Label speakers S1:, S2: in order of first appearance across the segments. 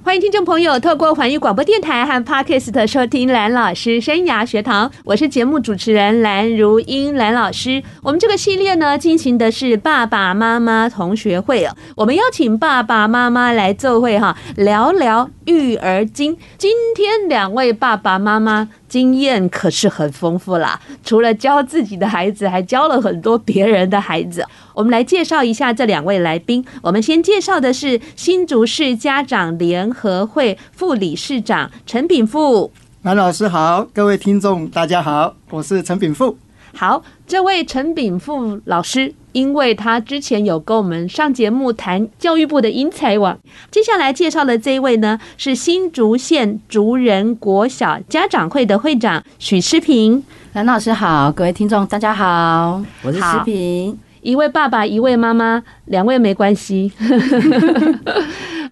S1: 欢迎听众朋友透过环宇广播电台和 Podcast 收听蓝老师生涯学堂，我是节目主持人蓝如英，蓝老师。我们这个系列呢，进行的是爸爸妈妈同学会哦，我们邀请爸爸妈妈来奏会哈，聊聊育儿经。今天两位爸爸妈妈经验可是很丰富啦，除了教自己的孩子，还教了很多别人的孩子。我们来介绍一下这两位来宾。我们先介绍的是新竹市家长联合会副理事长陈炳富。
S2: 蓝老师好，各位听众大家好，我是陈炳富。
S1: 好，这位陈炳富老师，因为他之前有跟我们上节目谈教育部的英才网，接下来介绍的这一位呢是新竹县竹人国小家长会的会长许诗平。
S3: 蓝老师好，各位听众大家好，我是
S1: 好
S3: 诗萍。
S1: 一位爸爸，一位妈妈，两位没关系，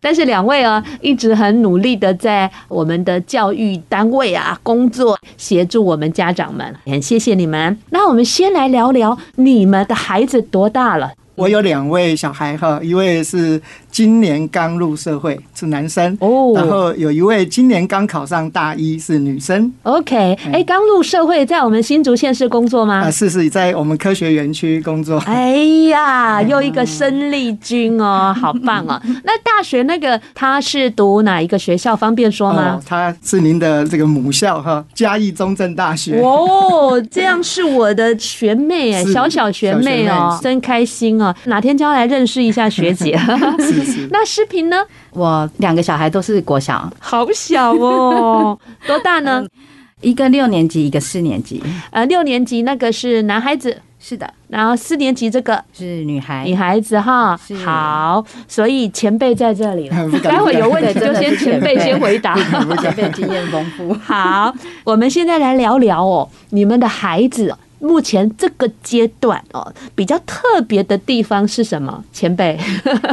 S1: 但是两位啊，一直很努力的在我们的教育单位啊工作，协助我们家长们，很谢谢你们。那我们先来聊聊你们的孩子多大了？
S2: 我有两位小孩哈，一位是今年刚入社会是男生，
S1: 哦
S2: 然后有一位今年刚考上大一是女生
S1: OK，哎，刚入社会，在我们新竹县市工作
S2: 嗯啊，
S1: 吗？
S2: 是是在我们科学园区工作。
S1: 哎呀，又一个生力军 哦，好棒哦！那大学那个他是读哪一个学校？方便说吗
S2: 哦？，他是您的这个母校哈，嘉义中正大学。
S1: 哦，这样是我的学妹哎，
S2: 是
S1: 小小学妹哦
S2: 小学妹，
S1: 真开心哦！哪天将来认识一下学 姐。
S2: 是是，
S1: 那诗萍呢？
S3: 我两个小孩都是国小，
S1: 好小 哦，多大呢？
S2: 嗯
S3: 一个六年级，一个四年级。
S1: 呃，六年级那个是男孩子，
S3: 是的，
S1: 然后四年级这个
S3: 是女
S1: 女
S3: 孩。
S1: 孩子哈
S3: 是。
S1: 好，所以前辈在这 里了。
S2: 不敢不敢
S1: 待会有问题
S3: 对真
S1: 就
S3: 的
S1: 先
S3: 是
S1: 前辈
S3: 前辈
S1: 先回 答。。
S3: 前辈经验丰富
S1: 好，我们现在来聊聊哦，你们的孩子哦目前这个阶段哦，比较特别的地方是什么？前辈，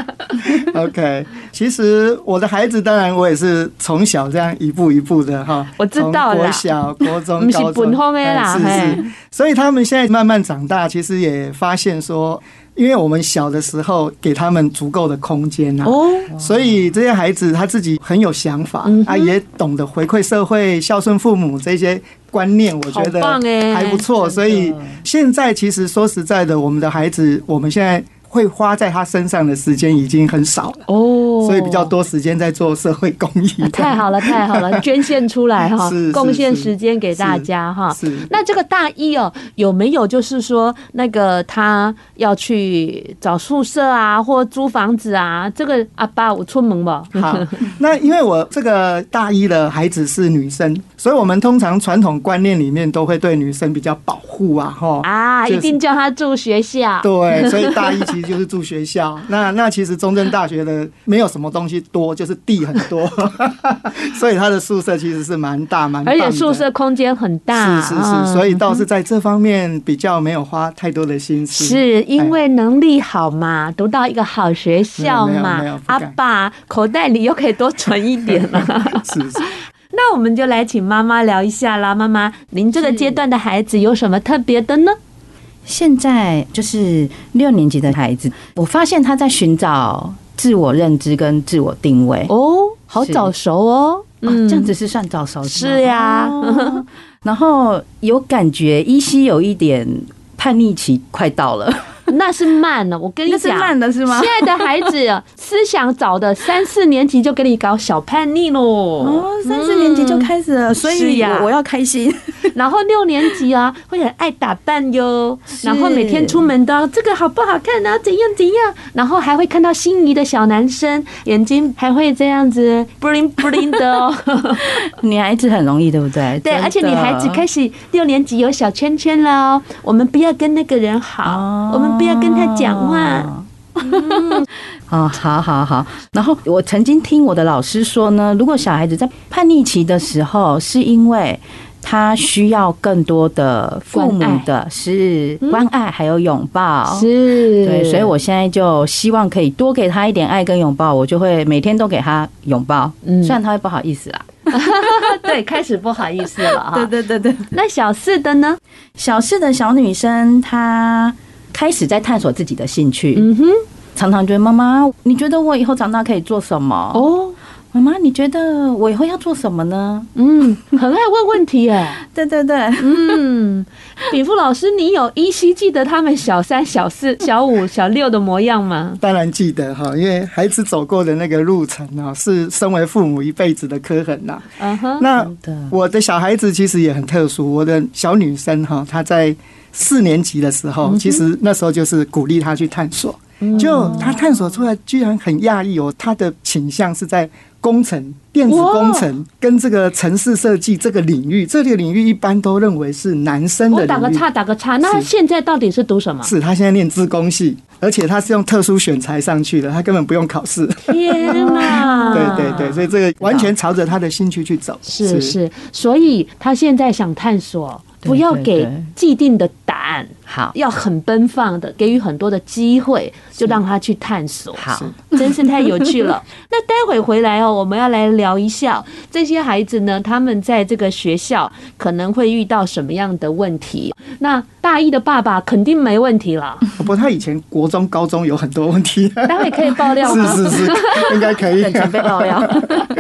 S2: OK，其实我的孩子，当然我也是从小这样一步一步的哈，
S1: 我知道啦
S2: 从国小、国中、
S1: 不是
S2: 高中，
S1: 本乡的
S2: 哎
S1: 啦
S2: 是
S1: 嘿
S2: 是。所以他们现在慢慢长大，其实也发现说，因为我们小的时候给他们足够的空间啊，
S1: 哦，
S2: 所以这些孩子他自己很有想法、
S1: 嗯
S2: 啊，
S1: 哼
S2: 也懂得回馈社会、孝顺父母这些观念，我觉得
S1: 好棒欸
S2: 还不错。所以现在其实说实在的，我们的孩子，我们现在会花在他身上的时间已经很少了。
S1: 哦，啊
S2: 所以比较。多时间在做社会公 益。
S1: 太好了，太好 了，捐献出来哈
S2: 是，是
S1: 贡献
S2: 是
S1: 时间给大家哈。
S2: 是
S1: 那这个大一哦，有没有就是说那个他要去找宿舍啊，或租房子啊？这个阿爸我出门吧。
S2: 好，那因为我这个大一的孩子是女生，所以我们通常传统观念里面都会对女生比较保护啊，哈
S1: 啊，
S2: 就是
S1: 一定叫他住学校。
S2: 对，所以大一其实就是住学 校。那那其实中正大学的没有什么东西多，就是地很 多，所以他的宿舍其实是蛮大蛮棒
S1: 而
S2: 的。
S1: 且宿舍空间很大，嗯
S2: 是是是，所
S1: 以。
S2: 以倒是在这方面比较没有花太多的心思。
S1: 是因为能力好嘛，读到一个好学校
S2: 没有没有
S1: 嘛
S2: 哎没有，不
S1: 阿
S2: 敢
S1: 爸口袋里又可以多存一点 了。
S2: 是是。
S1: 那我们就来请妈妈聊一下啦，妈妈，您这个
S3: 是
S1: 阶段的孩子有什么特别的呢？
S3: 现在就是六年级的孩子，我发现他在寻找自我认知跟自我定位。
S1: 哦，好早熟哦，
S3: 啊，这样子是算早熟吗
S1: 是呀
S3: 哦然后有感觉依稀有一点叛逆期快到了，
S1: 那是慢了。我跟你
S3: 那是
S1: 讲，
S3: 慢的是吗
S1: 现？在的孩子啊思想早的三四年级就给你搞小叛逆喽，
S3: 哦，三四年级就开始了，所
S1: 是
S3: 以
S1: 呀
S3: 我我要开心。
S1: 然后六年级啊会很爱打扮哟，
S3: 是
S1: 然后每天出门都要啊这个好不好看啊，怎样怎样，然后还会看到心仪的小男生，眼睛还会这样子 bling bling 的 哦。
S3: 女孩子很容易，对不对？
S1: 对，而且
S3: 真的
S1: 女孩子开始六年级有小圈圈了哦，我们不要跟那个人好，
S3: 哦
S1: 我们不要跟他讲话。
S3: 哦，好好好。然后我曾经听我的老师说呢，如果小孩子在叛逆期的时候，是因为他需要更多的父母的是关爱还有拥抱。
S1: 嗯是
S3: 对，所以我现在就希望可以多给他一点爱跟拥抱，我就会每天都给他拥抱。
S1: 嗯
S3: 虽然他会不好意思啦，
S1: 对，开始不好意思了哈。
S3: 对对对对，
S1: 那小四的呢？
S3: 小四的小女生她开始在探索自己的兴趣，
S1: 嗯哼，
S3: 常常觉得妈妈，你觉得我以后长大可以做什么？
S1: 哦，
S3: 妈妈，你觉得我以后要做什么呢？
S1: 嗯，很爱问问题耶。
S3: 对对对，
S1: 嗯，比富老师，你有依稀记得他们小三、小四、小五、小六的模样吗？
S2: 当然记得哈，因为孩子走过的那个路程啊，是身为父母一辈子的刻痕呐、
S1: 嗯哼，
S2: 那
S3: 的
S2: 我的小孩子其实也很特殊，我的小女生哈，她在四年级的时
S1: 嗯
S2: 候，其实那时候就是鼓励她去探索，就她探索出来，居然很讶异哦，她的倾向是在工程、电子工程跟这个城市设计这个领域，这个领域一般都认为是男生的
S1: 我哦打个
S2: 领域。
S1: 岔，打个岔。那现在到底是读什么？
S2: 是她现在念资工系，而且她是用特殊选材上去的，她根本不用考试。
S1: 天哪！
S2: 对对对，所以这个完全朝着她的兴趣去走。
S1: 啊是是，所以他现在想探索，不要
S3: 对
S1: 给
S3: 对
S1: 既定的答案，
S3: 好，
S1: 要很奔放的，给予很多的机会，就让他去探索。
S3: 好，
S1: 真是太有趣了。那待会回来哦，我们要来聊一下这些孩子呢，他们在这个学校可能会遇到什么样的问题。那大一的爸爸肯定没问题了，
S2: 不过他以前国中、高中有很多问 题，
S1: 待会可以爆料
S2: 是
S1: 吗？
S2: 是是， 应该可以。
S3: 等准备爆料。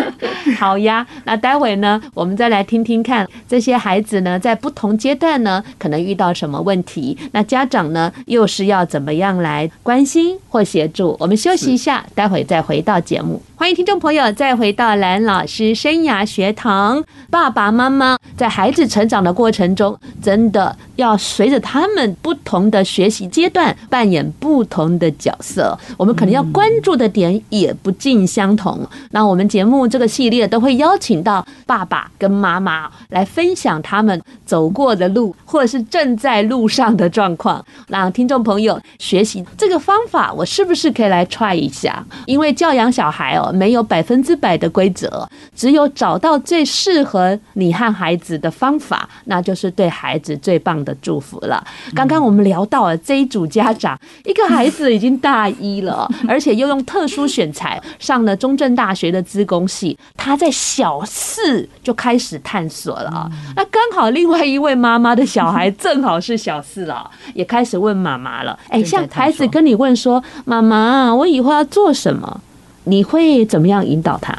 S1: 好呀，那待会呢，我们再来听听看这些孩子呢，在不同阶段呢，可能遇到什么问题，那家长呢又是要怎么样来关心或协助？我们休息一下，待会再回到节目。欢迎听众朋友再回到蓝老师生涯学堂。爸爸妈妈在孩子成长的过程中，真的要随着他们不同的学习阶段扮演不同的角色。我们可能要关注的点也不尽相同。那我们节目这个系列都会邀请到爸爸跟妈妈来分享他们走过的路，或者是正在路上的状况，让听众朋友学习这个方法，我是不是可以来 try 一下？因为教养小孩哦，没有百分之百的规则，只有找到最适合你和孩子的方法，那就是对孩子最棒的祝福了。刚刚我们聊到了这一组家长，一个孩子已经大一了，
S3: 嗯
S1: 而且又用特殊选材上了中正大学的资工系，他在小四就开始探索了
S3: 嗯
S1: 啊。那刚好另外一位妈妈的小孩正好是小四了， 也开始问妈妈了。哎，
S3: 正在
S1: 像
S3: 探
S1: 孩子
S3: 索
S1: 跟你问说：“妈妈，我以后要做什么？”你会怎么样引导他？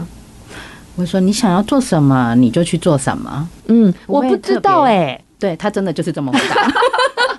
S3: 我说你想要做什么，你就去做什么。
S1: 嗯，我
S3: 不会
S1: 不知道
S3: 特别
S1: 哎、
S3: 对他真的就是这么回 答。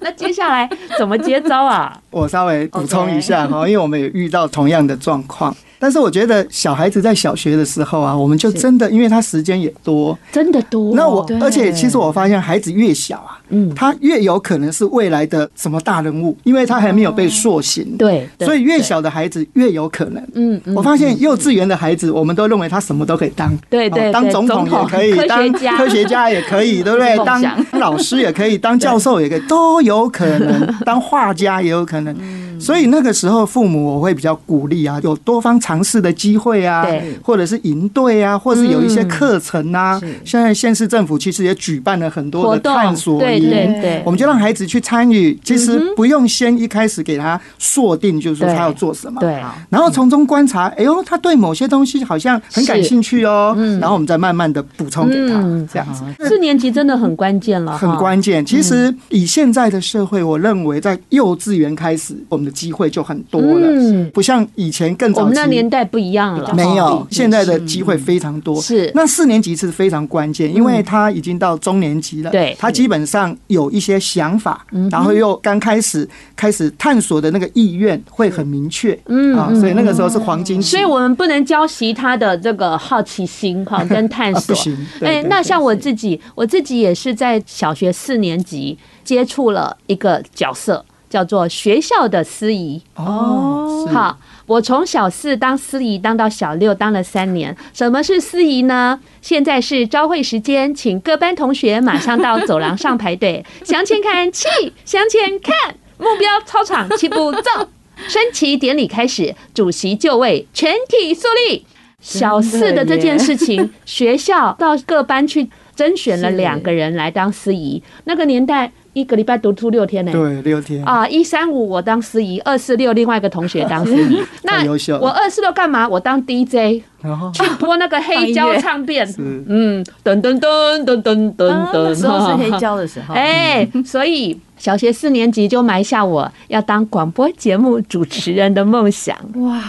S1: 那接下来怎么接招啊？
S2: 我稍微补充一下
S1: 哦
S2: 哈，因为我们也遇到同样的状况。但是我觉得小孩子在小学的时候啊，我们就是真的，因为他时间也多，
S1: 真的多。
S2: 那我
S3: 对
S2: 而且其实我发现孩子越小啊，
S1: 嗯，
S2: 他越有可能是未来的什么大人物，因为他还没有被塑形。，
S1: 哦对，对
S2: 所以越
S1: 对
S2: 小的孩子越有可能。
S1: 嗯嗯
S2: 我发现幼稚园的孩子，我们都认为他什么都可以当，
S1: 对对
S2: 哦
S1: 对
S2: 当总统也可
S1: 总统
S2: 以，当
S1: 科学家
S2: 科学家也 可以，对不对？
S1: 梦
S2: 当
S1: 想嗯
S2: 老师也可以，当教授也可以，都有可 能，当画家也有可能。
S1: 嗯
S2: 所以那个时候，父母我会比较鼓励啊，有多方尝试的机会啊
S1: 对，
S2: 或者是营队啊，或是有一些课程啊
S3: 嗯是。
S2: 现在县市政府其实也举办了很多
S1: 活
S2: 的
S1: 动
S2: 探索
S1: 对
S2: 营
S1: 对对
S2: 我们就让孩子去参与。其实不用先一开始给他锁定，就是说他要做什么。
S1: 对，
S2: 然后从中观察，哎呦，他对某些东西好像很感
S1: 是
S2: 兴趣哦，然后我们再慢慢的补充给他，
S1: 嗯
S2: 这样子。
S1: 四年级真的很关键了，
S2: 很
S1: 哈。嗯
S2: 关键。其实以现在的社会，我认为在幼稚园开始，我们的机会就很多
S1: 嗯
S2: 了，不像以前更
S1: 我
S2: 早
S1: 们那年
S2: 期。
S1: 代不一样了，
S2: 没有
S1: 哈，
S2: 现在的机会非常多。
S1: 是嗯
S2: 那四年级是非常关键，因为他已经到中年级了，
S1: 对嗯
S2: 他基本上有一些想法，然后又刚开始开始探索的那个意愿会很明确，
S1: 嗯
S2: 啊，
S1: 嗯
S2: 所以那个时候是黄金期。
S1: 所以我们不能教习他的这个好奇心 哈跟探
S2: 啊
S1: 索
S2: 不行。对
S1: 哎，
S2: 对
S1: 那
S2: 对
S1: 像我自己，我自己也是在小学四年级接触了一个角色，叫做学校的司仪。
S2: 哦，是
S1: 好，我从小四当司仪，当到小六，当了三年。什么是司仪呢？现在是招会时间，请各班同学马上到走廊上排队，向前看齐，向前看，目标操场齐步走。升旗典礼开始，主席就位，全体肃立。小四的这件事情，学校到各班去甄选了两个人来当司仪。那个年代一个礼拜读出六天呢、
S2: 对，六天，
S1: 啊，一三五我当司仪，二四六另外一个同学当司仪。那
S2: 太优秀了
S1: 我二四六干嘛？我当 DJ，
S2: 然后
S1: 去播那个黑胶唱片。
S2: 是
S1: 嗯，噔噔噔噔噔
S3: 啊
S1: 噔
S3: 那
S1: 噔，
S3: 时候是黑。胶嗯的时候，
S1: 哎，所以小学四年级就埋下我要当广播节目主持人的梦想。
S3: 哇，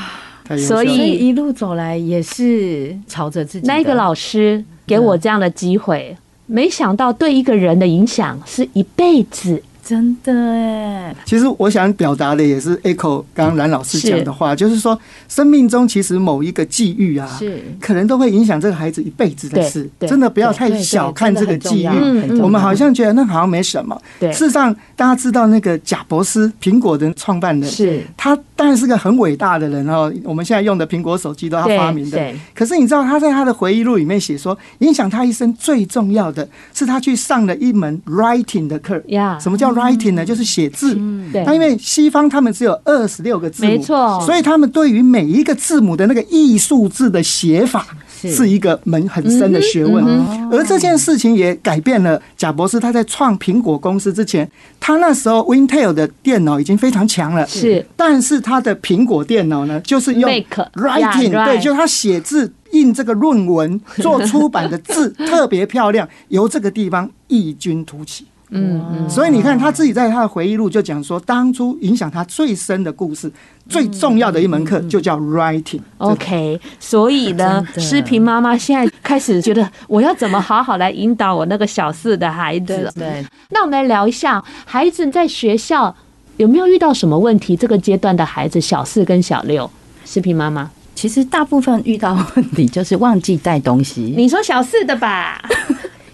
S2: 太优秀
S1: 所
S3: 所
S2: 了，
S3: 以一路走来也是朝着自己的
S1: 那一个老师给我这样的机会，没想到对一个人的影响是一辈子。
S3: 真的哎，
S2: 其实我想表达的也是 echo 刚刚蓝老师讲的话，就是说生命中其实某一个际遇啊，
S3: 是
S2: 可能都会影响这个孩子一辈子的
S1: 对
S2: 事，
S1: 对
S2: 真的不要
S3: 对
S2: 太
S3: 对
S2: 小
S3: 真
S2: 看
S3: 的
S2: 这个
S3: 很重
S2: 际遇
S3: 要。
S1: 嗯
S3: 很重
S2: 我们
S3: 要
S2: 好像觉得那好像没什么，
S1: 对
S2: 事实上大家知道那个贾伯斯，苹果的创办人，
S1: 是
S2: 他当然是个很伟大的人哦。我们现在用的苹果手机都他
S1: 对
S2: 发明的
S1: 对，
S2: 可是你知道他在他的回忆录里面写说，影响他一生最重要的是他去上了一门 writing 的课。
S1: 呀，
S2: 什么叫 writing 呢？就是写字。
S1: 嗯对
S2: 那因为西方他们只有二十六个字母，
S1: 没错
S2: 所以他们对于每一个字母的那个艺术字的写法
S3: 是哦
S2: 是一个门很
S1: 嗯
S2: 深的学问。而这件事情也改变了贾博士他在创苹果公司之前，他那时候 Wintel 的电脑已经非常强了，
S1: 是
S2: 但是他的苹果电脑呢，就是用
S1: Make，
S2: writing，
S1: yeah，
S2: 对，
S1: right
S2: 就是他写字。印这个论文做出版的 字特别漂亮，由这个地方异军突起。
S1: 嗯
S2: 所以你看，他自己在他的回忆录就讲说，当初影响他最深的故事、最重要的一门课就叫 writing。
S1: 嗯，OK，所以 呢，
S3: 真的
S1: 诗萍妈妈现在开始觉得，我要怎么好好来引导我那个小四的孩子？
S3: 对，
S1: 那我们来聊一下，孩子在学校有没有遇到什么问题？这个阶段的孩子，小四跟小六，诗萍妈妈，
S3: 其实大部分遇到问题就是忘记带东西，
S1: 你说小四的吧？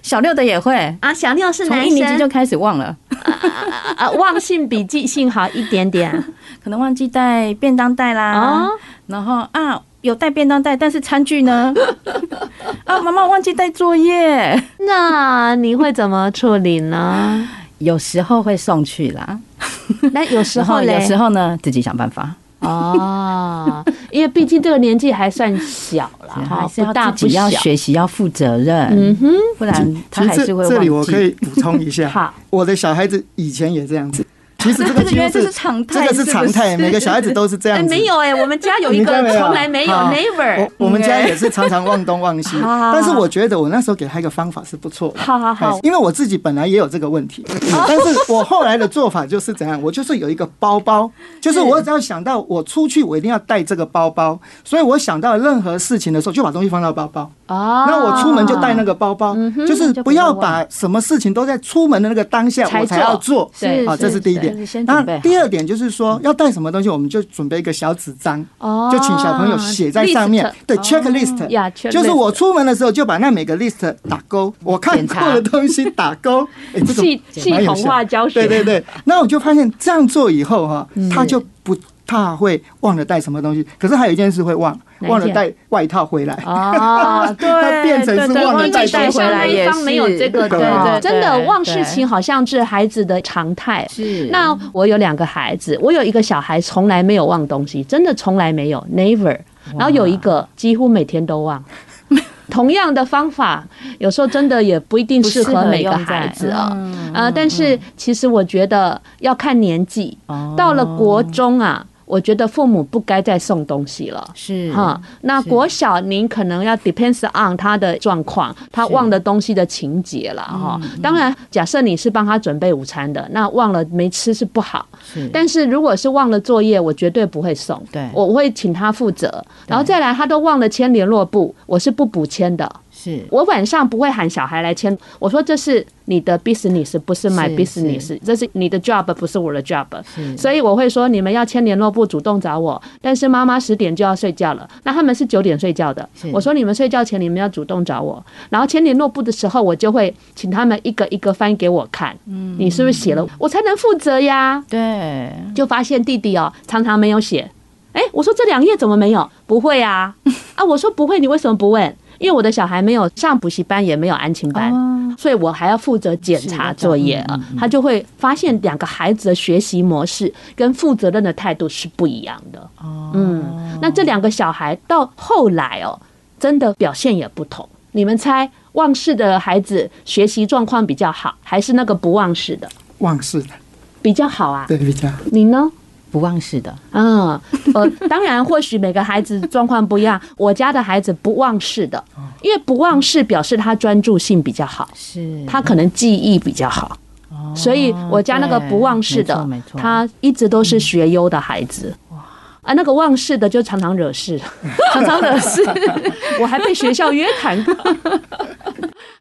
S3: 小六的也会，
S1: 啊，小六是
S3: 从
S1: 男
S3: 一年级就
S1: 生，
S3: 开始忘了，
S1: 啊啊，忘性比记性好一点点
S3: 可能忘记带便当袋啦
S1: 哦，。
S3: 然后啊有带便当袋，但是餐具呢？ 啊，妈妈忘记带作业，
S1: 那你会怎么处理 呢？
S3: 有时候会送去啦，
S1: 那有时
S3: 然后
S1: 候嘞
S3: 有，时候呢自己想办法，
S1: 哦，因为毕竟这个年纪还算小了哈
S3: 还，是
S1: 不大
S3: 要自
S1: 不
S3: 己
S1: 小
S3: 要。学习要负责任
S1: 嗯，哼，
S3: 不然他
S2: 其
S3: 还
S2: 实
S3: 是会
S2: 这这
S3: 忘记。
S2: 里我可以补充一下
S1: 好，
S2: 我的小孩子以前也这样子。其实这个
S3: 这个
S2: 几
S3: 原来
S2: 乎
S3: 这
S2: 是
S3: 是常态，
S2: 这个是常 态，每个小孩子都是这
S1: 哎，
S2: 样子。
S1: 没有哎，我们家有一
S2: 你家
S1: 个
S2: 没有啊
S1: 从来没有嗯
S2: 好
S1: ，never。
S2: 我我们家也是常常忘东忘西，但是我觉得我那时候给他一个方法是不错的。
S1: 好好好
S2: 哎，因为我自己本来也有这个问题，但是我后来的做法就是怎样，我就是有一个包包，就是我只要想到我出去，我一定要带这个包包，所以我想到任何事情的时候，就把东西放到包包。
S1: 哦嗯
S2: 那我出门就带那个包包，就是不要把什么事情都在出门的那个当下
S1: 才
S2: 我才要做。
S1: 做对
S2: 啊，这是第一
S3: 就是
S2: 点
S3: 先。准
S2: 那
S3: 备好
S2: 第二点就是说，要带什么东西，我们就准备一个小纸张，
S1: 嗯哦
S2: 就请小朋友写在上面
S1: list，哦
S2: 对，checklist，
S1: 呀，checklist
S2: 就是我出门的时候就把那每个 list 打勾，我看
S3: 检
S2: 过
S3: 查
S2: 的东西打勾。哎，这
S1: 系
S2: 个
S1: 嗯
S2: 蛮
S1: 系
S2: 有
S1: 统化
S2: 效
S1: 教学
S2: 对对对。那我就发现这样做以后哈，他就不怕会忘了带什么东西。可是还有一件事会忘，
S1: 哪一
S2: 忘了
S1: 件
S2: 带外套回来。
S1: 哦，对，
S2: 它变成是
S1: 对对
S2: 忘了
S1: 因
S2: 带
S1: 为
S2: 东西
S1: 学校那一方没有这个，
S2: 回
S1: 对
S2: 来也是
S1: 对，
S3: 对对对
S1: 真的忘事情好像是孩子的常态。
S3: 是
S1: 那我有两个孩子，我有一个小孩从来没有忘东西，真的从来没有，never。然后有一个几乎每天都忘。同样的方法，有时候真的也不一定适合每个孩子啊、呃，但是其实我觉得要看年纪，
S3: 哦
S1: 到了国中啊，我觉得父母不该再送东西了。
S3: 是
S1: 哈、那国小您可能要 depends on 他的状况，他忘的东西的情节
S3: 嗯
S1: 了哈。当然，假设你是帮他准备午餐的，那忘了没吃是不好。
S3: 是，
S1: 但是如果是忘了作业，我绝对不会送，
S3: 对
S1: 我会请他负责。然后再来，他都忘了签联络簿，我是不补签的。
S3: 是
S1: 我晚上不会喊小孩来签，我说这是你的 business，不是 my
S3: 是
S1: business，这是你的 job，不是我的 job。
S3: 是
S1: 所以我会说，你们要签联络簿，主动找我。但是妈妈十点就要睡觉了，那他们是九点睡觉的
S3: 是。
S1: 我说你们睡觉前你们要主动找我。然后签联络簿的时候，我就会请他们一个一个翻给我看，嗯，你是不是写了，我才能负责呀。
S3: 对，
S1: 就发现弟弟哦，常常没有写。哎，我说这两页怎么没有？不会啊，啊，我说不会，你为什么不问？因为我的小孩没有上补习班，也没有安亲班，所以我还要负责检查作业啊。他就会发现两个孩子的学习模式跟负责任的态度是不一样的。嗯，那这两个小孩到后来哦，真的表现也不同。你们猜，忘事的孩子学习状况比较好，还是那个不忘事的？
S2: 忘事的，
S1: 比较好啊？
S2: 对比较好。
S1: 你呢？
S3: 不忘事的，
S1: 嗯， 呃，当然，或许每个孩子状况不一样。 我家的孩子不忘事的，因为不忘事表示他专注性比较好，
S3: 哦是
S1: 他可能记忆比较好。
S3: 哦
S1: 所以我家那个不忘事的
S3: 对没错，没错嗯
S1: 他一直都是学优的孩子。啊，那个忘事的就常常惹事， 常常惹事，我还被学校约谈 过。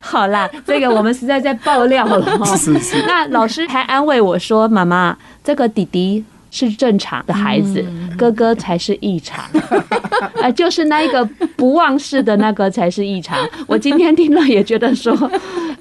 S1: 好啦，这个我们实在在爆料了 哦。
S2: 是是
S1: 那老师还安慰我说：“妈妈，这个弟弟是正常的孩子，
S3: 嗯
S1: 哥哥才是异 常。呃，就是那一个不忘事的那个才是异常。”我今天听了也觉得说，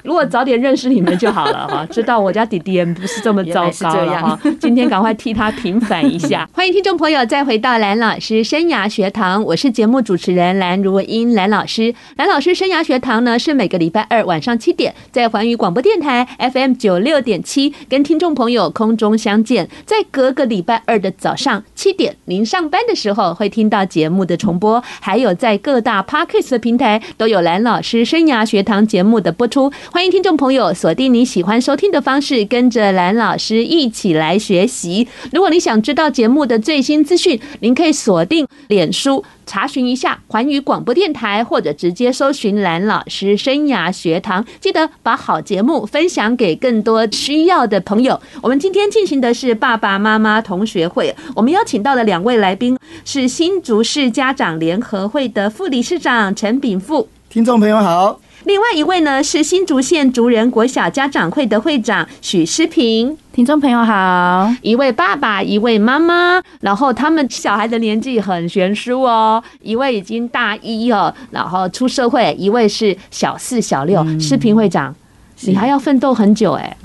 S1: 如果早点认识你们就好了哈，知道我家弟弟也不是这么糟糕
S3: 原来是这
S1: 了
S3: 样
S1: 哈。今天赶快替他平反一下。欢迎听众朋友再回到蓝老师生涯学堂，我是节目主持人蓝如英，蓝老师。蓝老师生涯学堂呢是每个礼拜二晚上七点在环宇广播电台 FM 九六点七跟听众朋友空中相见，在隔个礼拜二的早上七点，您上班的时候会听到节目的重播，还有在各大 Podcast 的平台都有蓝老师生涯学堂节目的播出。欢迎听众朋友锁定你喜欢收听的方式，跟着蓝老师一起来学习。如果你想知道节目的最新资讯，您可以锁定脸书查询一下环宇广播电台，或者直接搜寻蓝老师生涯学堂。记得把好节目分享给更多需要的朋友。我们今天进行的是爸爸妈妈同学会，我们邀请到的两位来宾是新竹市家长联合会的副理事长陈炳富。
S2: 听众朋友好，
S1: 另外一位呢是新竹县竹人国小家长会的会长许诗平，
S3: 听众朋友好，
S1: 一位爸爸，一位妈妈，然后他们小孩的年纪很悬殊哦，一位已经大一哦，然后出社会，一位是小四、小六。
S3: 嗯
S1: 诗平会长，你还要奋斗很久 哎、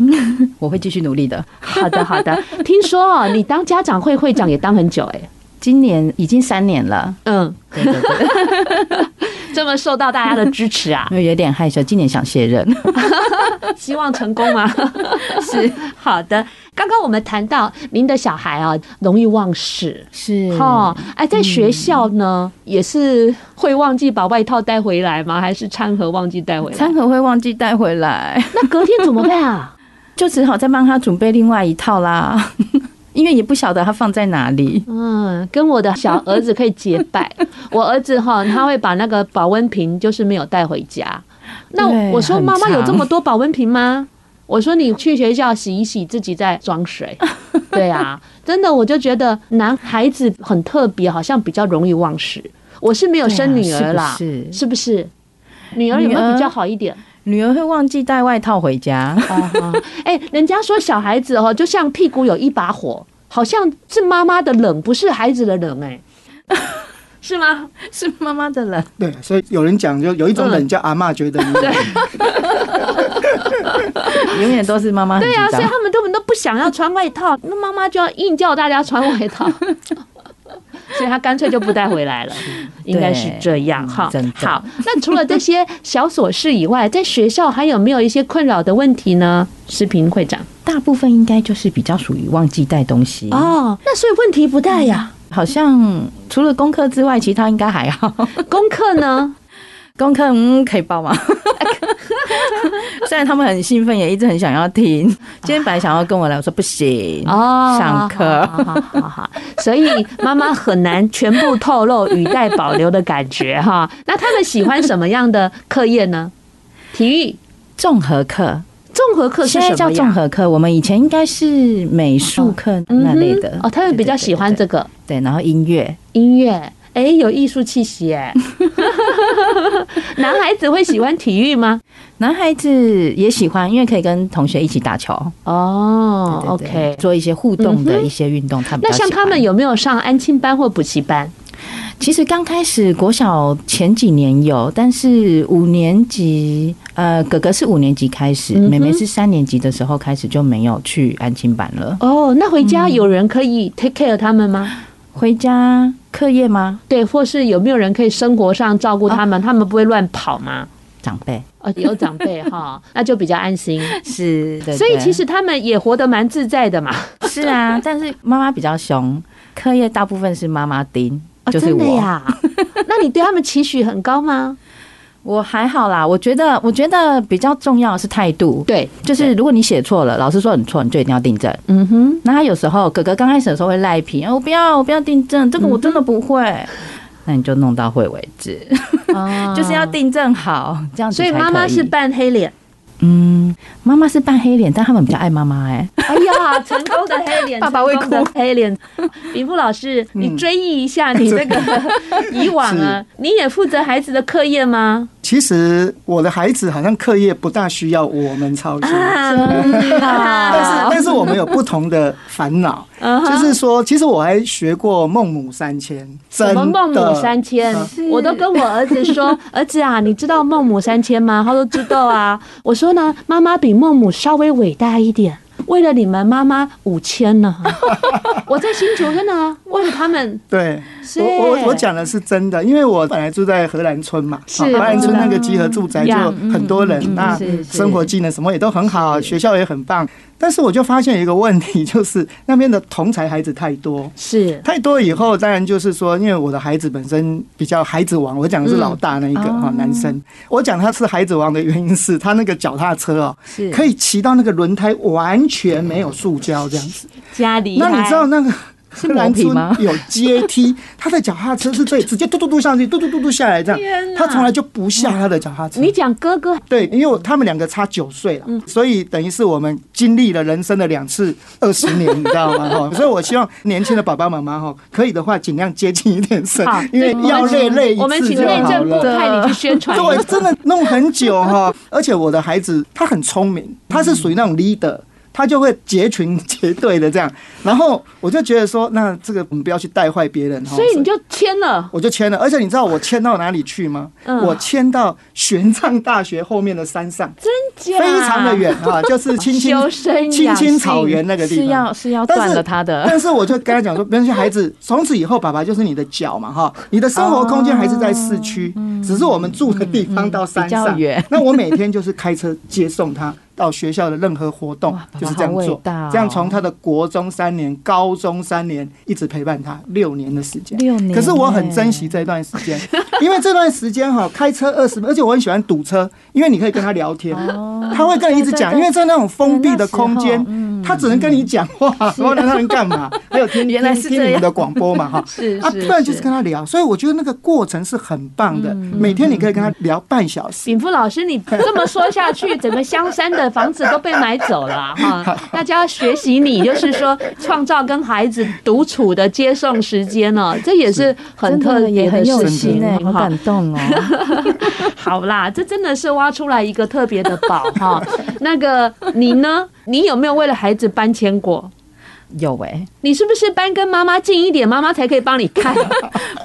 S3: 我会继续努力的。
S1: 好的，好的。听说哦，你当家长会会长也当很久哎、
S3: 今年已经三年了，
S1: 嗯，
S3: 对对对，
S1: 这么受到大家的支持啊，
S3: 因为有点害羞，今年想卸任。
S1: 希望成功 吗？是好的。刚刚我们谈到您的小孩啊，容易忘事。
S3: 是
S1: 哦，哎，在学校呢，也是会忘记把外套带回来吗？还是餐盒忘记带回来
S3: 餐？盒会忘记带回来，
S1: 那隔天怎么办啊？
S3: 就只好再帮他准备另外一套啦， 因为也不晓得他放在哪里。
S1: 嗯，跟我的小儿子可以结 拜。我儿子哈，他会把那个保温瓶就是没有带回家。那
S3: 对
S1: 我说
S3: 很
S1: 妈妈有
S3: 长
S1: 这么多保温瓶吗？我说你去学校洗一洗，自己再装水。 对啊，真的，我就觉得男孩子很特别，好像比较容易忘事。我是没有生女儿啦，
S3: 对啊是不是
S1: 是不是？女儿有没
S3: 女
S1: 有
S3: 儿
S1: 比较好一点？
S3: 女儿会忘记带外套回家，哦
S1: 哎、人家说小孩子哦，就像屁股有一把火，好像是妈妈的冷，不是孩子的冷、哎， 是吗？
S3: 是妈妈的人。
S2: 对，所以有人讲就有一种
S1: 嗯
S2: 冷叫阿嬷觉 得你冷，
S3: 永远都是妈妈很
S1: 对
S3: 紧
S1: 啊，所
S3: 张
S1: 以。他们根本都不想要穿外 套，那妈妈就要硬叫大家穿外套，所以他干脆就不带回来了，应该是这样哈
S3: 真。的
S1: 好，那除了这些小琐事以外，在学校还有没有一些困扰的问题呢？视频会长
S3: 大部分应该就是比较属于忘记带东西，
S1: 哦，那所以问题不大呀。
S3: 好像除了功课之外，其他应该还好。
S1: 功课呢？
S3: 功课嗯可以报吗？ 虽然他们很兴奋，也一直很想要听。今天本来想要跟我来，我说不行
S1: 哦，
S3: 上课
S1: 好好好好好，所以妈妈很难全部透露，语带保留的感觉哈。那他们喜欢什么样的课业呢？体育
S3: 综合课，
S1: 综合课是
S3: 现
S1: 什么
S3: 在
S1: 呀？
S3: 叫综合课，我们以前应该是美术课那类的
S1: 嗯哼哦，他们比较喜欢这
S3: 个。
S1: 个
S3: 对，然后音乐，
S1: 音乐。哎，有艺术气息哎！ 男孩子会喜欢体育吗？
S3: 男孩子也喜欢，因为可以跟同学一起打球。
S1: 哦
S3: 对对对
S1: o k
S3: 做一些互动的一些运动，他们比
S1: 那
S3: 较喜欢
S1: 像他们有没有上安亲班或补习班？
S3: 其实刚开始国小前几年有，但是五年级，呃，哥哥是五年级开始，
S1: 嗯哼
S3: 妹妹是三年级的时候开始就没有去安亲班了。
S1: 哦，那回
S3: 嗯
S1: 家有人可以 take care 他们吗？
S3: 回家课业吗？
S1: 对，或是有没有人可以生活上照顾他们？
S3: 哦
S1: 他们不会乱跑吗？
S3: 长辈
S1: 哦，有长辈 哈，那就比较安心。
S3: 是，对
S1: 所以其
S3: 对
S1: 实他们也活得蛮自在的嘛。
S3: 是啊，但是妈妈比较凶，课业大部分是妈妈盯，就是
S1: 哦 真的
S3: 我。
S1: 呀。那你对他们期许很高吗？
S3: 我还好啦，我觉得我觉得比较重要的是态度，
S4: 对，
S3: 就是如果你写错了，老师说你错，你就一定要订正。
S4: 嗯哼，
S3: 那他有时候哥哥刚开始的时候会赖皮，啊我不要，我不要订正，这个我真的不会。那你就弄到会为止，
S4: 啊
S3: 就是要订正好，这样子
S1: 所以
S3: 才
S1: 妈妈
S3: 可以
S1: 是扮黑脸，
S3: 嗯，妈妈是扮黑脸，但他们比较爱妈妈哎。
S1: 哎呀，成功的黑脸，
S3: 爸爸会哭
S1: 成功的黑脸。明富老师，你追忆一下你嗯 这个以往啊，你也负责孩子的课业吗？
S2: 其实我的孩子好像课业不大需要我们操心，
S1: 啊
S2: 但是但是我们有不同的烦 恼，
S1: 嗯
S2: 就是说，其实我还学过孟母三迁，
S1: 什
S2: 真
S1: 么孟母
S2: 的
S1: 三迁
S2: 嗯？
S1: 我都跟我儿子 说，儿子啊，你知道孟母三迁吗？他说知道啊。我说呢，妈妈比孟母稍微伟大一点，为了你们，妈妈五千 呢。我在新竹真的啊为了他们，
S2: 对，
S1: 是
S2: 我我我讲的是真的，因为我本来住在荷兰村嘛，
S1: 是嗯
S2: 哦荷兰村
S1: 我知道
S2: 那个集合住宅就
S1: 呀
S2: 很多人，
S1: 嗯
S2: 那
S3: 是是
S2: 生活技能什么也都很好，学校也很棒。但是我就发现一个问题， 就是那边的同才孩子太多，
S1: 是
S2: 太多以后，当然就是说，因为我的孩子本身比较孩子王，我讲的
S3: 嗯
S2: 是老大那一个哈、
S3: 哦
S2: 男生，我讲他是孩子王的原因是他那个脚踏车哦，
S3: 是
S2: 可以骑到那个轮胎完全没有塑胶这样子。
S1: 家里
S2: 那你知道那个
S3: 是
S2: 荷兰
S3: 磨皮
S2: 村
S3: 吗
S2: 有阶梯，他的脚踏车是最直接嘟嘟嘟上去，嘟嘟嘟嘟下来这
S1: 天
S2: 样，
S1: 哪
S2: 他从来就不下他的脚踏车。
S1: 你讲哥哥
S2: 对，因为我他们两个差九岁
S1: 嗯
S2: 了，所以等于是我们经历了人生的两次二十年，你知道 吗？哈，所以我希望年轻的爸爸妈妈哈，可以的话尽量接近一点生
S1: 好，
S2: 因为要累累一
S1: 我们
S2: 次
S1: 请
S2: 就
S1: 内
S2: 好
S1: 政部
S2: 了。
S1: 派你去宣传。
S2: 对，真的弄很久哈，而且我的孩子他很聪明，他是属于那种 leader。他就会结群结队的这样，然后我就觉得说，那这个我们不要去带坏别人哈。
S1: 所以你就签了，
S2: 我就签了，而且你知道我签到哪里去吗？
S1: 嗯
S2: 我签到玄奘大学后面的山上，
S1: 真假？
S2: 非常的远啊， 就是青青
S1: 修身
S2: 青
S1: 养
S2: 青
S1: 性
S2: 草原那个地
S3: 是
S2: 方
S3: 要。是要
S2: 但
S3: 断
S2: 是
S3: 了他的。
S2: 但是我就跟他讲说，没关系，孩子，从此以后，爸爸就是你的脚嘛，哈，你的生活空间还是在市区，只是我们住的地方到山
S3: 哦嗯比
S2: 上
S3: 较远。
S2: 那我每天就是开车接送他到学校的任何活动
S3: 哇，
S2: 就是这样
S3: 爸爸好伟
S2: 做
S3: 大哦，
S2: 这样从他的国中三年、高中三年一直陪伴他六年的时间。
S3: 六年
S2: 可是我很
S3: 耶
S2: 珍惜这段时 间，因为这段时间哈，开车二十，而且我很喜欢堵车，因为你可以跟他聊天，他会跟你一直讲，
S3: 哦对对对
S2: 因为在那种封闭的空
S3: 对那
S2: 间
S3: 时候嗯，
S2: 他只能跟你讲话，然后让他能干 嘛？还有听
S3: 原来是
S2: 听听
S3: 这
S2: 你
S3: 样
S2: 们的广播嘛哈。
S3: 是
S2: 啊，不然就是跟他聊，所以我觉得那个过程是很棒的。
S3: 嗯
S2: 每天你可以跟他聊半小时，
S1: 禀赋老师，你这么说下去，整个香山的房子都被买走了 啊哈！大家要学习你，就是说创造跟孩子独处的接送时间哦，这也是很欸
S3: 真
S1: 特
S3: 的
S1: 别
S3: 也很有
S1: 事
S3: 心
S1: 情
S3: 哎，好
S1: 哈
S3: 感动哦。
S1: 好啦，这真的是挖出来一个特别的宝哈。那个你呢？你有没有为了孩子搬迁过？
S3: 有哎，
S1: 你是不是搬跟妈妈近一点，妈妈才可以帮你 看？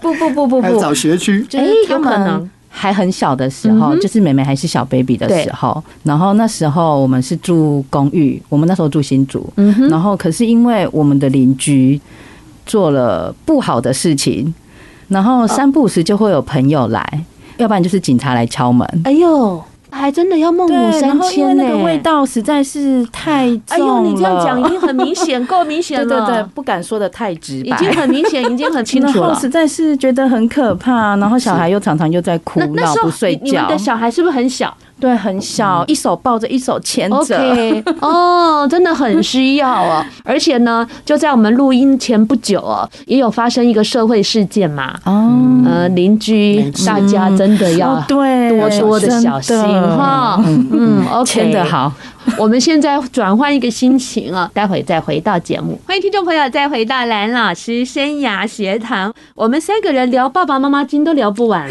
S3: 不不不不
S2: 还有
S3: 不，
S2: 找学区。
S3: 就
S1: 哎
S3: 是他
S1: 有可
S3: 们嗯
S1: 能
S3: 还很小的时候，就是妹妹还是小 baby 的时候，然后那时候我们是住公寓，我们那时候住新竹，然后可是因为我们的邻居做了不好的事情，然后三不五时就会有朋友来，要不然就是警察来敲门。
S1: 哎呦，还真的要孟母
S3: 对，然
S1: 哦三
S3: 后因为
S1: 迁呢、
S3: 那个味道实在是太重了。
S1: 哎呦，你这样讲已经很明显，够明显
S3: 对
S1: 了。
S3: 对对，不敢说的太直
S1: 已
S3: 白，
S1: 经很明显，已经很清楚
S3: 然
S1: 了
S3: 后。实在是觉得很可怕，然后小孩又常常又在哭
S1: 那
S3: 闹
S1: 那时
S3: 不
S1: 候
S3: 睡
S1: 你你们
S3: 觉
S1: 的，小孩是不是很小
S3: 对，很小，一手抱着，一手牵着。
S1: ？OK，哦，真的很需要哦。而且呢，就在我们录音前不久哦，也有发生一个社会事件嘛。
S3: 哦，
S1: 呃，邻居嗯
S2: 没错
S1: 大家真的要
S3: 哦对，
S1: 多多哎的小心
S3: 真的
S1: 哈。嗯，OK，
S3: 牵的。好。
S1: 我们现在转换一个心情啊，待会再回到节目。欢迎听众朋友再回到蓝老师生涯学堂，我们三个人聊爸爸妈妈经都聊不完，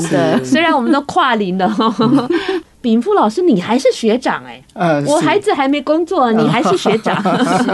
S3: 真的
S1: 虽然我们都跨龄了。 禀赋老师，你还是学长哎、
S2: 呃，
S1: 我
S2: 是
S1: 孩子还没工作，你还是学 长。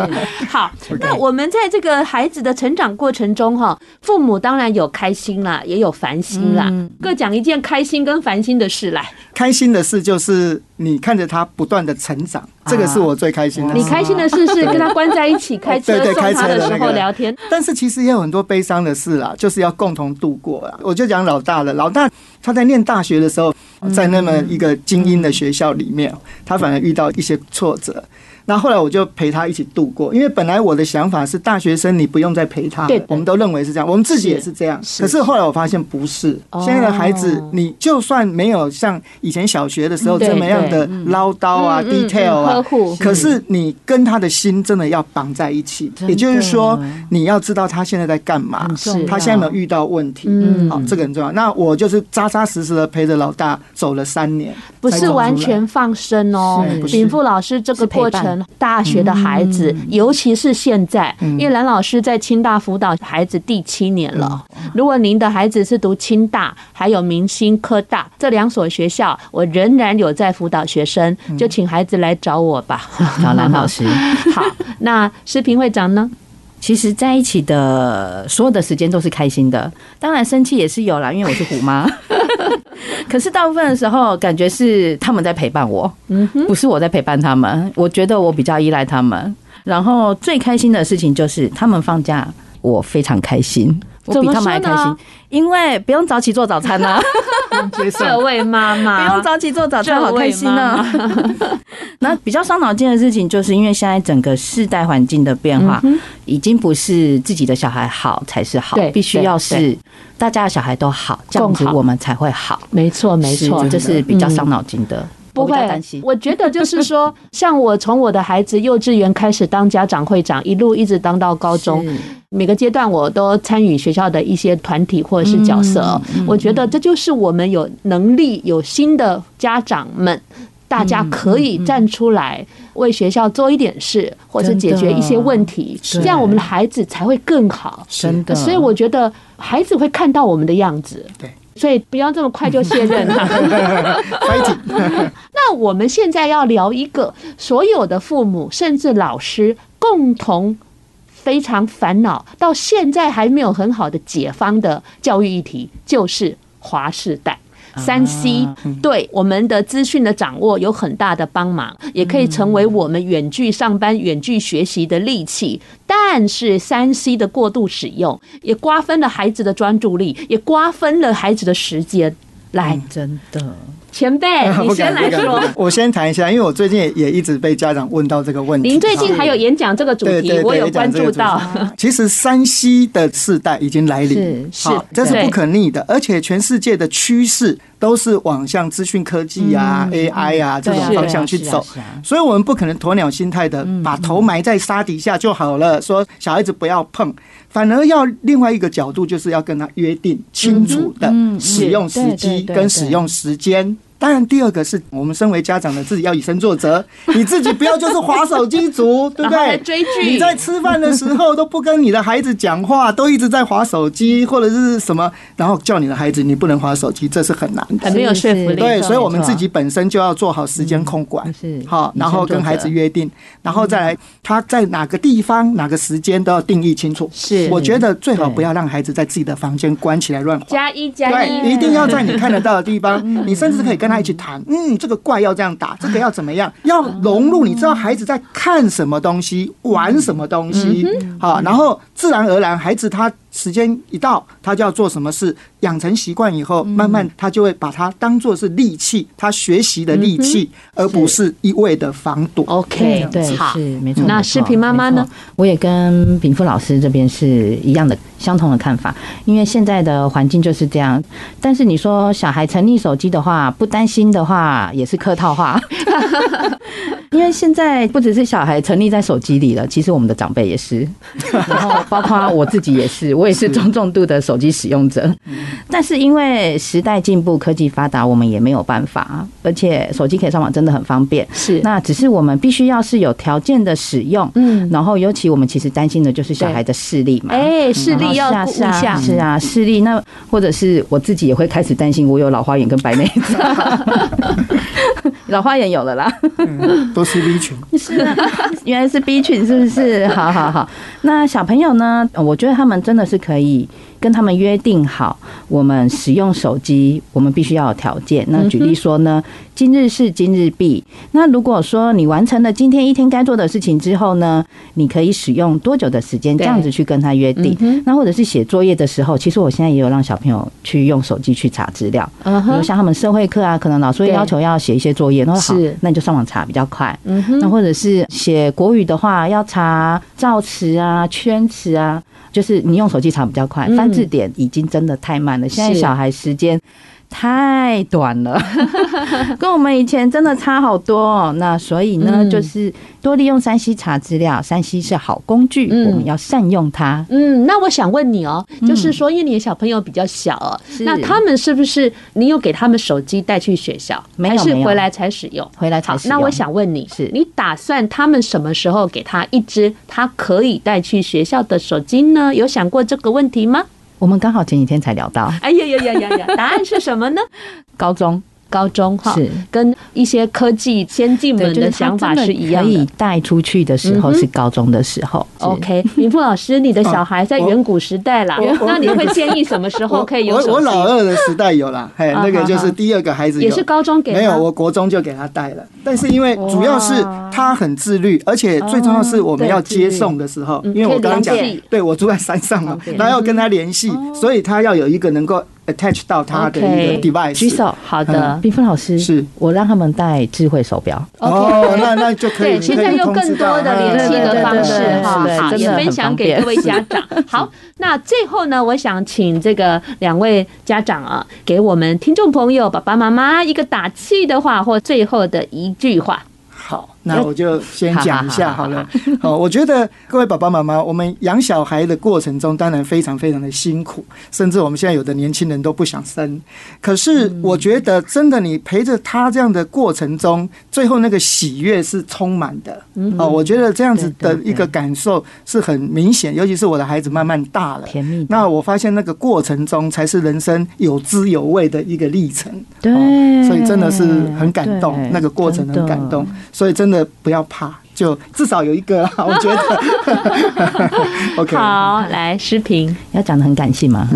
S1: 好，那我们在这个孩子的成长过程中哈，父母当然有开心啦，也有烦心啦，各讲一件开心跟烦心的事来。
S2: 开心的事就是你看着他不断的成长，
S3: 啊
S2: 这个是我最开心的
S1: 你
S2: 事。
S1: 开心的事是跟他关在一起，开车
S2: 对对
S1: 送
S2: 开
S1: 他
S2: 车的
S1: 的
S2: 那
S1: 时
S2: 个
S1: 候聊天。
S2: 但是其实也有很多悲伤的事啦，就是要共同度过啦。我就讲老大了，老大他在念大学的时候，在那么一个精英的学校里面，他反而遇到一些挫折。然后后来我就陪他一起度过，因为本来我的想法是大学生你不用再陪他，
S3: 对对
S2: 我们都认为是这样，我们自己也是这样。
S3: 是
S2: 可是后来我发现不是，
S3: 哦
S2: 现在的孩子你就算没有像以前小学的时候
S3: 对
S2: 这么样的唠叨啊、
S1: 嗯嗯嗯
S2: detail
S1: 呵
S2: 啊，
S1: 护，
S2: 可是你跟他的心真的要绑在一起，
S3: 真的
S2: 也就是说你要知道他现在在干嘛
S3: 很，重要
S2: 他现在有没有遇到问题。
S1: 嗯，
S2: 好，这个很重要。那我就是扎扎实实的陪着老大走了三年，
S1: 不
S2: 才走
S1: 是
S2: 出来
S1: 完全放生哦
S2: 是。不是
S1: 禀赋老师这个过
S3: 是陪
S1: 程，大学的孩子，
S2: 嗯
S1: 尤其是现在，因为蓝老师在清大辅导孩子第七年了。
S2: 嗯
S1: 如果您的孩子是读清大，还有明星科大这两所学校，我仍然有在辅导学生，
S2: 嗯
S1: 就请孩子来找我吧。
S3: 找蓝老师。
S1: 好，那视频会长呢？
S3: 其实在一起的所有的时间都是开心的，当然生气也是有啦，因为我是虎妈。 可是大部分的时候，感觉是他们在陪伴我，
S1: 嗯哼，
S3: 不是我在陪伴他们。我觉得我比较依赖他们。然后最开心的事情就是他们放假，我非常开心，我比他们还开
S1: 怎
S3: 心
S1: 么说呢，
S3: 因为不用早起做早餐啊啦、
S2: 接受。
S1: 这位妈
S3: 不用
S1: 妈，
S3: 早起做早餐，好开心呢、
S1: 啊这位妈妈
S3: 那比较伤脑筋的事情，就是因为现在整个世代环境的变化，
S1: 嗯哼
S3: 已经不是自己的小孩好才是好
S1: 对，
S3: 必须要是大家的小孩都好，这样子
S1: 共好
S3: 我们才会好。
S1: 没错，没错嗯
S3: 是，这是比较伤脑筋的，
S1: 不
S3: 我比较
S1: 会
S3: 担心。
S1: 我觉得就是说， 像我从我的孩子幼稚园开始当家长会长，一路一直当到高中，
S3: 是
S1: 每个阶段我都参与学校的一些团体或者是角
S3: 嗯
S1: 色哦。我觉得这就是我们有能力、有心的家长们。大家可
S3: 嗯
S1: 以站出来为学校做一点事，或是解决一些问题，
S3: 真的
S1: 这样我们的孩子才会更好。
S3: 真的，
S1: 所以我觉得孩子会看到我们的样子，
S2: 对，
S1: 所以不要这么快就卸 任他。
S2: fighting，
S1: 那我们现在要聊一个所有的父母甚至老师共同非常烦恼，到现在还没有很好的解方的教育议题，就是华世代。
S2: 啊
S1: 三 C
S2: 嗯
S1: 对我们的资讯的掌握有很大的帮忙，也可以成为我们远距上班、远距学习的利器。但是三 C 的过度使用，也瓜分了孩子的专注力，也瓜分了孩子的时间。来，
S3: 真的
S1: 前辈，你
S2: 嗯 不
S1: 先
S2: 敢
S1: 来
S2: 不敢
S1: 说
S2: 不。敢我先谈一下，因为我最近也也一直被家长问到这个问题。
S1: 您最近
S2: 好
S1: 还有演讲这个主
S2: 对对
S1: 题，
S2: 对
S1: 我有关注到。
S2: 讲这个主题 其实山西的世代已经来临，
S3: 是
S2: 好
S3: 是
S2: 这是
S1: 对
S2: 不可逆的，而且全世界的趋势都是往向资讯科技啊、AI 啊这
S3: 对啊
S2: 种方向去走。
S3: 是啊是啊是啊嗯
S2: 所以我们不可能鸵鸟心态的把头埋在沙底下就好了，说小孩子不要碰，反而要另外一个角度，就是要跟他约定清楚的
S3: 嗯嗯
S2: 使用时
S3: 对对
S2: 机
S3: 对
S2: 跟使用时间。当然，第二个是我们身为家长的自己要以身 作则，你自己不要就是划手机族，对
S1: 然
S2: 不
S1: 后在
S2: 对？
S1: 追剧
S2: 你在吃饭的时候都不跟你的孩子讲话，都一直在划手机或者是什么，然后叫你的孩子你不能划手机，这是很难的。
S1: 很嗯没有说服力
S2: 对，
S3: 没错
S2: 所以我们
S3: 没错
S2: 自己本身就要做好时间控管，
S3: 是
S2: 好，
S3: 以身
S2: 然后
S3: 作
S2: 跟
S3: 则
S2: 孩子约定，然后
S1: 嗯
S2: 再来他在哪个地方、哪个时间都要定义清楚。
S1: 是
S2: 我觉得最好
S3: 对
S2: 不要让孩子在自己的房间关起来乱
S1: 加一加
S2: 对，
S1: 一，嗯
S2: 一定要在你看得到的地 方，你甚至可以跟他一起谈，嗯，这个怪要这样打，这个要怎么样，要融入，你知道孩子在看什么东西，玩什么东西，
S1: 嗯
S2: 好，然后自然而然，孩子他时间一到，他就要做什么事，养成习惯以
S1: 嗯
S2: 后，慢慢他就会把它当做是利器，他学习的利器，
S1: 嗯
S2: 而不是一味的防堵。
S1: OK，
S3: 对，
S1: 嗯好
S3: 是。没错。
S1: 那
S3: 没错
S1: 视频妈妈呢？
S3: 没错我也跟炳富老师这边是一样的相同的看法，因为现在的环境就是这样。但是你说小孩沉溺手机的话，不担心的话也是客 套话，因为现在不只是小孩沉溺在手机里了，其实我们的长辈也是，然后包括我自己也是，我也是中重度的手机使用者。但是因为时代进步、科技发达，我们也没有办法，而且手机可以上网，真的很方便。
S1: 是
S3: 那只是我们必须要是有条件的使用，
S1: 嗯
S3: 然后尤其我们其实担心的就是小孩的视力嘛。
S1: 哎，视
S3: 然后
S1: 力要顾一
S3: 是啊是啊
S1: 下，嗯
S3: 是啊，视力那或者是我自己也会开始担心，我有老花眼跟白内障， 老花眼有了啦，
S2: 都是 V 群，
S3: 是啊，原来是 B 群，是不是？好好好，那小朋友呢？呃我觉得他们真的是可以跟他们约定好，我们使用手机，我们必须要有条件。那举例说呢，今日事今日毕。那如果说你完成了今天一天该做的事情之后呢，你可以使用多久的时间，这
S1: 对
S3: 样子去跟他约定。那或者是写作业的时候，其实我现在也有让小朋友去用手机去查资料，
S1: 嗯
S3: 比如
S1: 哼，
S3: 像他们社会课啊，可能老师会
S1: 对
S3: 要求要写一些作业，那我说好
S1: 是，
S3: 那你就上网查比较快。
S1: 嗯哼，
S3: 那或者是写国语的话，要查造词啊、圈词啊，就是你用手机查比较快，
S1: 嗯
S3: 翻字典已经真的太慢了。现在
S1: 是
S3: 小孩时间。太短 了，跟我们以前真的差好多哦。那所以呢，
S1: 嗯
S3: 就是多利用山西查资料，山西是好工具，
S1: 嗯
S3: 我们要善用它。
S1: 嗯，那我想问你哦，就是说，因为你的小朋友比较小哦，
S3: 嗯是
S1: 那他们是不是你有给他们手机带去学校，
S3: 没有
S1: 还是
S3: 没有
S1: 回来才使用？
S3: 回来
S1: 好
S3: 才，使
S1: 那
S3: 用
S1: 我想问你，
S3: 是
S1: 你打算他们什么时候给他一支他可以带去学校的手机呢？有想过这个问题吗？
S3: 我们刚好前几天才聊到
S1: 哎呀呀呀呀 呀！答案是什么呢？
S3: 高中，
S1: 高中哈
S3: 是，
S1: 跟一些科技先进
S3: 对，
S1: 们
S3: 就是
S1: 的
S3: 他
S1: 想法
S3: 真
S1: 是一样
S3: 可以
S1: 的。
S3: 带出去的时候
S1: 嗯哼
S3: 是高中的时候。是
S1: OK，明富老师，你的小孩在
S2: 哦我
S1: 远古时代啦
S2: 我我，
S1: 那你会建议什么时候可以有
S2: 我
S1: 手
S2: 我我
S1: 机？啊
S2: 老二的时代有啦， 嘿，那个就是第二个孩子有
S1: 也是高中给他
S2: 没有，我国中就给他带了。但是因为主要是他很自律，而且最重要是
S1: 哦
S2: 我们要接送的时候，
S1: 嗯
S2: 因为我刚刚讲
S1: 可以联系，
S2: 对我住在山上嘛
S3: 方，便
S2: 然后要跟他联系，所以他要有一个能够 attach 到他的一
S1: 嗯哦 OK，
S2: 个 device。
S1: 举手，好的
S2: 嗯。
S3: 冰峰老师
S2: 是
S3: 我让他们带智慧手表，
S2: 哦，那那就可以。
S1: 对，现在有更多的联系的方式
S3: 对对对
S1: 哈，
S3: 对
S1: 好
S3: 真
S1: 也
S3: 的很
S1: 分享给各位家长。 好，那最后呢，我想请这个两位家长啊，给我们听众朋友、爸爸妈妈一个打气的话，或最后的一句话。
S2: 好，那我就先讲一下
S3: 哎
S2: 好
S3: 好好好
S2: 了。好，我觉得各位爸爸妈妈，我们养小孩的过程中，当然非常非常的辛苦，甚至我们现在有的年轻人都不想生。可是
S3: 嗯
S2: 我觉得，真的你陪着他这样的过程中，最后那个喜悦是充满的。
S3: 嗯
S2: 哦，我觉得这样子
S3: 对
S2: 的
S3: 对对
S2: 一个感受是很明显，尤其是我的孩子慢慢大了。
S3: 甜蜜的。
S2: 那我发现那个过程中才是人生有滋有味的一个历程，
S3: 对
S2: 哦所以真的是很感
S3: 嗯对
S2: 动，那个过程
S3: 真
S2: 很
S3: 的
S2: 感动，所以真的不要怕，就至少有一个啦，我 觉得 OK。
S1: 好，来诗 萍，
S3: 要讲的很感性嘛，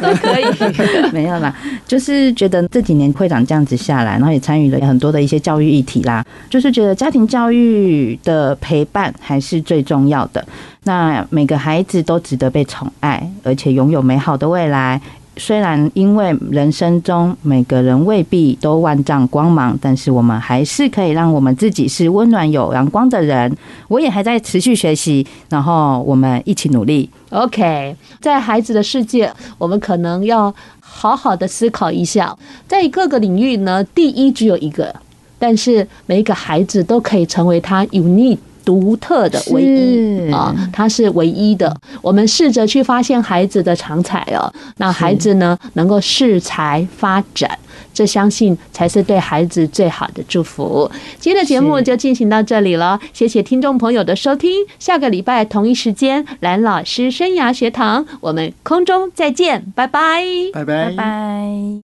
S1: 都可以。
S3: 没有啦，就是觉得这几年会长这样子下来，然后也参与了很多的一些教育议题啦，就是觉得家庭教育的陪伴还是最重要的。那每个孩子都值得被宠爱，而且拥有美好的未来。虽然因为人生中每个人未必都万丈光芒，但是我们还是可以让我们自己是温暖有阳光的人。我也还在持续学习，然后我们一起努力。
S1: OK，在孩子的世界，我们可能要好好的思考一下，在各个领域呢，第一只有一个，但是每一个孩子都可以成为他 unique。独特的
S3: 是
S1: 唯一啊、他是唯一的。我们试着去发现孩子的长才哦，那孩子呢能够适才发展，这相信才是对孩子最好的祝福。今天的节目
S3: 是
S1: 就进行到这里了，谢谢听众朋友的收听。下个礼拜同一时间，蓝老师生涯学堂，我们空中再见，拜拜。
S2: 拜
S3: 拜
S2: 拜。
S3: 拜。